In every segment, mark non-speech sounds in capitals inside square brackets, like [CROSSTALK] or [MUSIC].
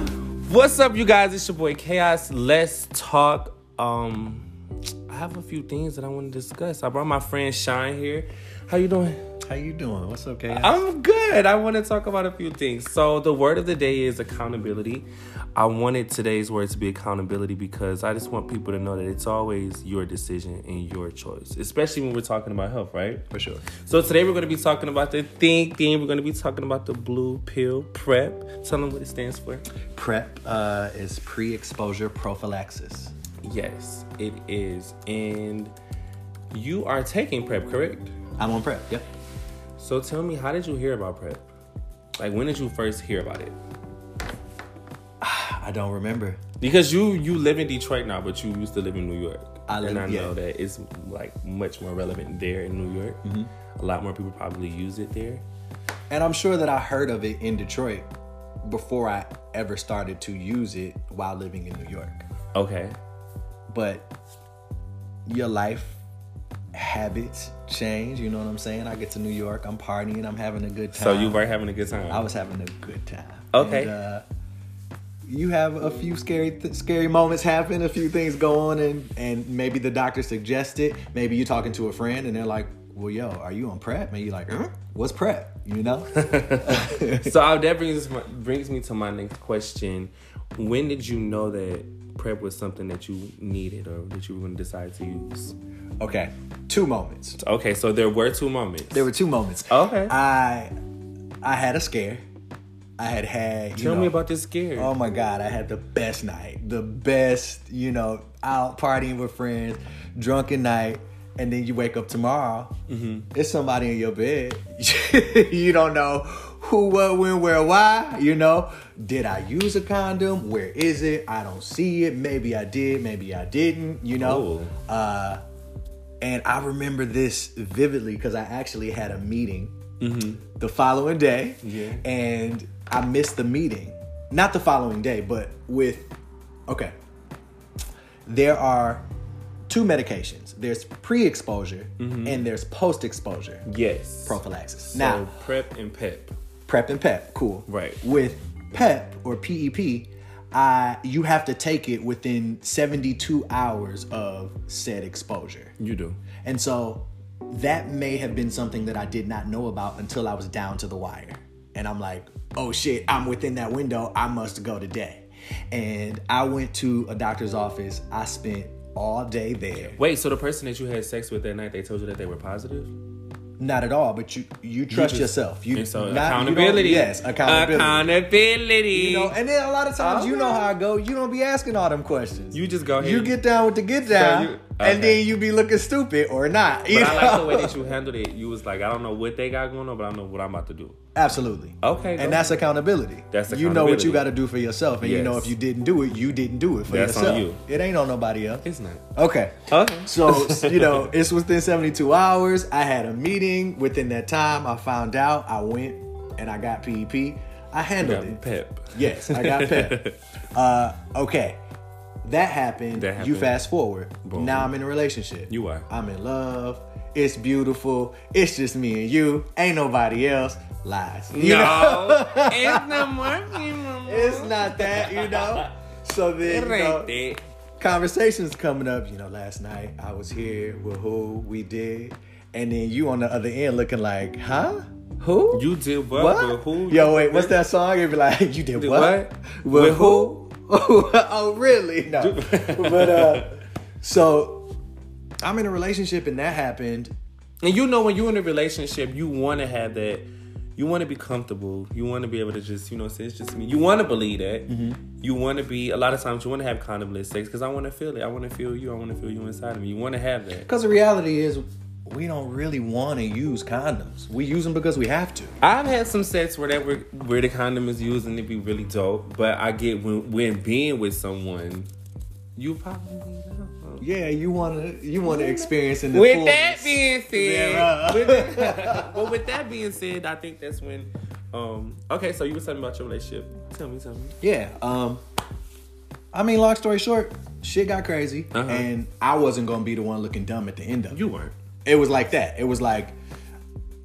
What's up, you guys? It's your boy Chaos. Let's talk. Um, I have a few things that I want to discuss. I brought my friend Shine here. How you doing? How you doing? What's up, Chaos? I'm good. I want to talk about a few things. So the word of the day is accountability. I wanted today's word to be accountability because I just want people to know that it's always your decision and your choice, especially when we're talking about health, right? For sure. So today we're going to be talking about the think thing. We're going to be talking about the blue pill prep. Tell them what it stands for. PrEP uh, is pre-exposure prophylaxis. Yes, it is. And you are taking prep, correct? I'm on PrEP. Yep. So tell me, how did you hear about prep? Like when did you first hear about it? I don't remember. Because you you live in Detroit now, but you used to live in New York. I live- and I yeah. know that it's like much more relevant there in New York. Mm-hmm. A lot more people probably use it there. And I'm sure that I heard of it in Detroit before I ever started to use it while living in New York. Okay. But your life habits change. You know what I'm saying? I get to New York. I'm partying. I'm having a good time. So you were having a good time. Uh, I was having a good time. Okay. And, uh, you have a few scary, th- scary moments happen. A few things go on, and and maybe the doctor suggests it. Maybe you're talking to a friend, and they're like, "Well, yo, are you on prep?" And you're like, huh? "What's prep?" [LAUGHS] You know. so uh, that brings my, brings me to my next question. When did you know that prep was something that you needed or that you were going to decide to use? okay. Two moments. Okay, so there were two moments. There were two moments. Okay. I I had a scare. I had had. You Tell know, me about this scare. Oh my God, I had the best night. The best, you know, out partying with friends, drunken night. And then you wake up tomorrow, it's somebody in your bed. [LAUGHS] you don't know who, what, when, where, why. You know, did I use a condom? Where is it? I don't see it. Maybe I did, maybe I didn't, you know? Ooh. Uh, and I remember this vividly because I actually had a meeting the following day, Yeah. and I missed the meeting. Not the following day, but with okay. There are two medications. There's pre-exposure and there's post-exposure yes. prophylaxis. Mm-hmm. So now, prep and pep. prep and PEP, cool. Right. With PEP or PEP, I you have to take it within 72 hours of said exposure. You do. And so that may have been something that I did not know about until I was down to the wire. And I'm like, oh shit, I'm within that window. I must go today. And I went to a doctor's office. I spent all day there. Wait, so the person that you had sex with that night, they told you that they were positive? Not at all, but you you trust just- yourself. You And so not- you don't- accountability. yes, accountability. Accountability. you know, and then a lot of times you know Okay. how I go. You don't be asking all them questions. You just go ahead. You get down with the get down, you- okay. and then you be looking stupid or not. you but I like the know? way [LAUGHS] that you handled it. You was like, I don't know what they got going on, but I know what I'm about to do. Absolutely. Okay, go And that's accountability. That's You know what accountability. you got to do for yourself, and you know Yes. if you didn't do it, you didn't do it for That's on yourself. you. It ain't on nobody else. It's not. Okay. Okay. [LAUGHS] So you know it's within 72 hours. I had a meeting within that time. I found out. I went and I got PEP. I handled it. Got pep. Yes, I [LAUGHS] got pep. uh, okay, that happened. That happened. You fast forward. Boom. Now I'm in a relationship. You are. I'm in love. It's beautiful. It's just me and you. Ain't nobody else. Lies. You know? No. it's not working, mama. it's not that. You know. So It then, you know, ain't that. conversations coming up. You know, last night I was here with who we did, and then you on the other end looking like, huh? Who? You did what? what? With who? Yo, wait, what's that song? It'd be like, [LAUGHS] you did Did what? what? With, With who? [LAUGHS] oh, really? No. [LAUGHS] but uh, so I'm in a relationship, and that happened. And you know, when you're in a relationship, you want to have that. You want to be comfortable. You want to be able to just, you know, say it's just me. You want to believe that. You want to be. A lot of times, you want to have condomless sex because I want to feel it. I want to feel you. I want to feel you inside of me. You want to have that. Because the reality is, we don't really want to use condoms. We use them because we have to. I've had some sex where that were, where the condom is used and it be really dope. But I get when when being with someone, you probably. Don't. Yeah, you wanna you wanna experience in the With fullness. that being said, thereof. with [LAUGHS] that, well, with that being said, I think that's when. Um, okay, so you were talking about your relationship. Tell me, tell me. Yeah. Um I mean, long story short, shit got crazy, Uh-huh. and I wasn't gonna be the one looking dumb at the end of it. You weren't. It was like that. It was like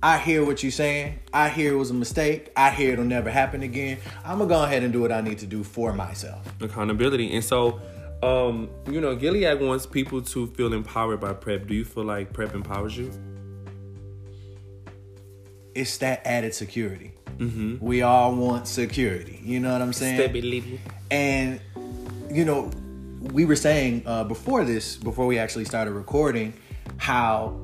I hear what you're saying. I hear it was a mistake. I hear it'll never happen again. I'm gonna go ahead and do what I need to do for myself. accountability. And so, um, you know, Gilead wants people to feel empowered by prep. Do you feel like prep empowers you? It's that added security. Mm-hmm. We all want security. You know what I'm saying? Stability. And you know, we were saying uh, before this, before we actually started recording, how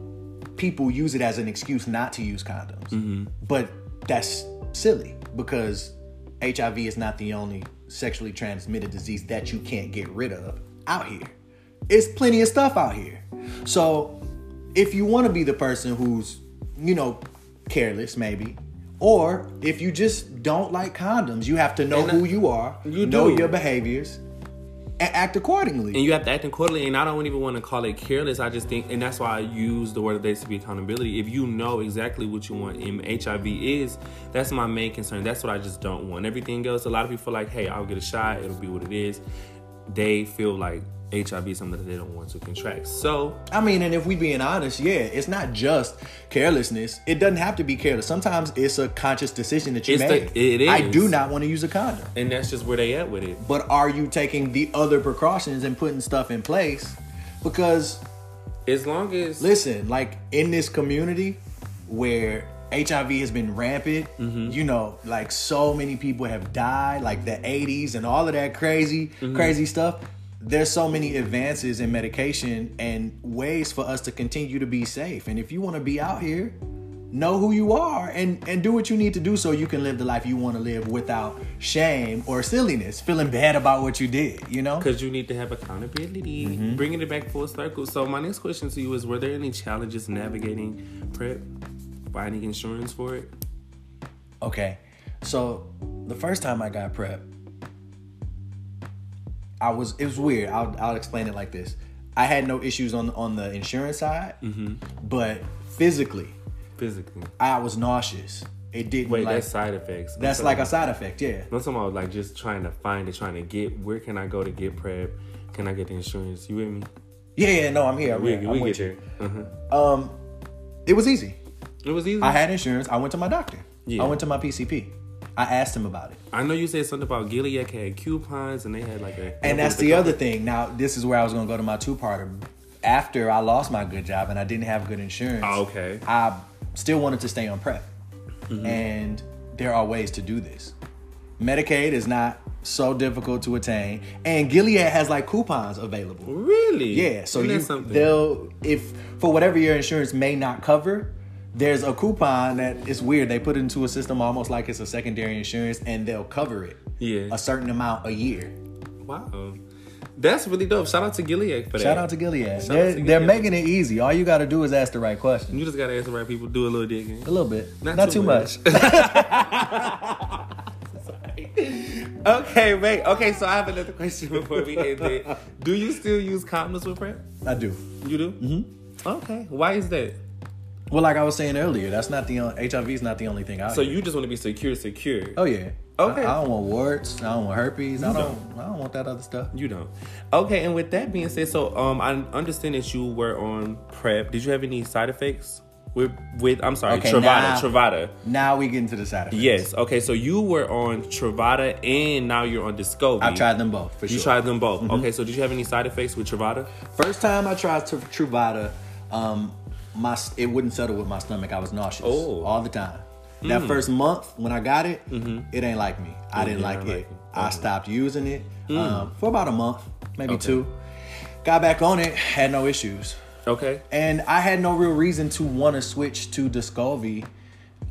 people use it as an excuse not to use condoms. Mm-hmm. But that's silly because HIV is not the only sexually transmitted disease that you can't get rid of out here. It's plenty of stuff out here. So if you want to be the person who's, you know, careless maybe, or if you just don't like condoms, you have to know And I- who you are, You know do. your behaviors, and act accordingly. And you have to act accordingly. And I don't even want to call it careless. I just think, and that's why I use the word of the day to be accountability. If you know exactly what you want in HIV is, that's my main concern. That's what I just don't want. Everything else, a lot of people are like, hey, I'll get a shot. It'll be what it is. They feel like HIV is something that they don't want to contract. So I mean, and if we being honest, yeah, it's not just carelessness. It doesn't have to be careless. Sometimes it's a conscious decision that you It's the- made. it I is. do not want to use a condom. and that's just where they at with it. But are you taking the other precautions and putting stuff in place? Because As long as listen, like in this community where HIV has been rampant, you know, like so many people have died, like the 80s and all of that crazy, crazy stuff. There's so many advances in medication and ways for us to continue to be safe. And if you want to be out here, know who you are and and do what you need to do so you can live the life you want to live without shame or silliness, feeling bad about what you did, you know? Because you need to have accountability, Mm-hmm. bringing it back full circle. So my next question to you is: Were there any challenges navigating prep, finding insurance for it? Okay. So the first time I got prep, I was it was weird. I'll I'll explain it like this. I had no issues on on the insurance side, Mm-hmm. but physically, physically? I was nauseous. It didn't Wait, like that's that's, side effects. like a side effect, yeah. I'm talking about like just trying to find it, trying to get where can I go to get prep? Can I get the insurance? You with me? Yeah, yeah, no, I'm here. I'm We, here. we I'm get with there. you. Uh-huh. Um it was easy. It was easy. I I, had insurance. I went to my doctor. Yeah. I went to my PCP. I asked him about it. know you said something about Gilead had coupons and they had like a And that's the other thing. Now, this is where I was gonna go to my two-parter. After I lost my good job and I didn't have good insurance, Oh, okay. Mm-hmm. I still wanted to stay on prep, and there are ways to do this. Medicaid is not so difficult to attain, and Gilead has like coupons available. Really? Yeah, so Isn't that you they'll if for whatever your insurance may not cover, there's a coupon that it's weird. They put it into a system almost like it's a secondary insurance, and they'll cover it Yeah. a certain amount a year. Wow. That's really dope. Shout out to Gilead for that. Shout out to Gilead. They're, to they're Gilead. making it easy. All you got to do is ask the right question. You just gotta ask the right people. Do a little digging. A little bit, not, too, much. [LAUGHS] okay, wait. Okay, so I have another question [LAUGHS] before we end it. Do you still use condoms with prep? I do. You do. Mm-hmm. Okay. Why is that? Well, like I was saying earlier, that's not the only, HIV is not the only thing out So here. you just want to be secure, secure. oh yeah. Okay. I, I don't want warts. I don't want herpes. I don't. don't. I don't want that other stuff. You don't. Okay, and with that being said, so um, I understand that you were on prep. Did you have any side effects with with? I'm sorry, Okay, Travada. nah. Travada. Now we get into the side effects. Yes. Okay, so you were on Travada, and now you're on Discovery. I've tried Mm-hmm. them both for You sure. tried them both. Okay, so did you have any side effects with Travada? First time I tried Tru- Truvada, um, my s- it wouldn't settle with my stomach. I was nauseous Oh. all the time. That first month when I got it, it ain't like me. I didn't did like not it. like it. I stopped using it um, for about a month, maybe two. Got back on it, had no issues, Okay. and I had no real reason to want to switch to Discovery,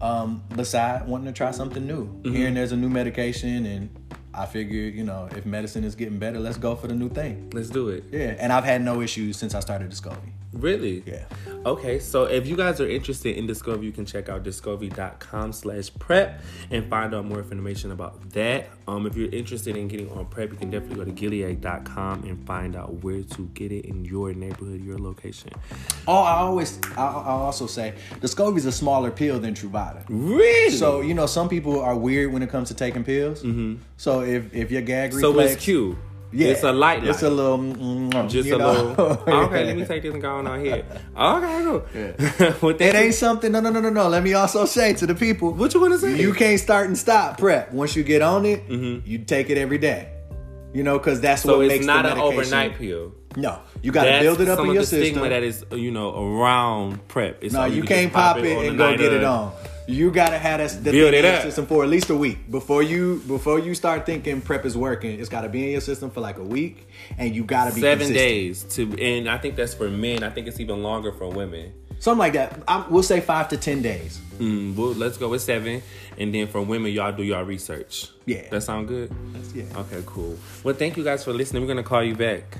um, beside wanting to try something new. Hearing there's a new medication, and I figured, you know, if medicine is getting better, let's go for the new thing. Let's do it. Yeah, and I've had no issues since I started Discovery. Really? Yeah. Okay, so if you guys are interested in Discovery, you can check out discovery.com slash prep and find out more information about that. Um, if you're interested in getting on prep, you can definitely go to gilead.com and find out where to get it in your neighborhood, your location. Oh, I always, I, I also say Discovery's a smaller pill than Truvada. Really? So you know, some people are weird when it comes to taking pills. So if if your gag Mm-hmm. so reflex, it's Q. Yeah, It's a light It's a light. little, mm, mm, Just you a know? [LAUGHS] little. Okay, let me take this and go on out here. Okay, cool. [LAUGHS] With that It being- ain't something. No, no, no, no, no. Let me also say to the people, What you want to say? you can't start and stop prep. Once you get on it, you take it every day. You know, because that's so what it's makes not the an medication- overnight pill. No, you got to That's build it up some in of your the system. stigma that is you know around prep. It's no, how you, can can't just pop it on the and go night get it of. on. You gotta have that, that Build thing it in your up. system for at least a week before you before you start thinking prep is working. It's gotta be in your system for like a week, and you gotta be Seven consistent. days to, and I think that's for men. I think it's even longer for women. something like that. I, we'll say five to ten days. Mm, well, let's go with seven, and then for women, y'all do y'all research. Yeah. that sound good. Yeah. Okay, cool. Well, thank you guys for listening. We're gonna call you back.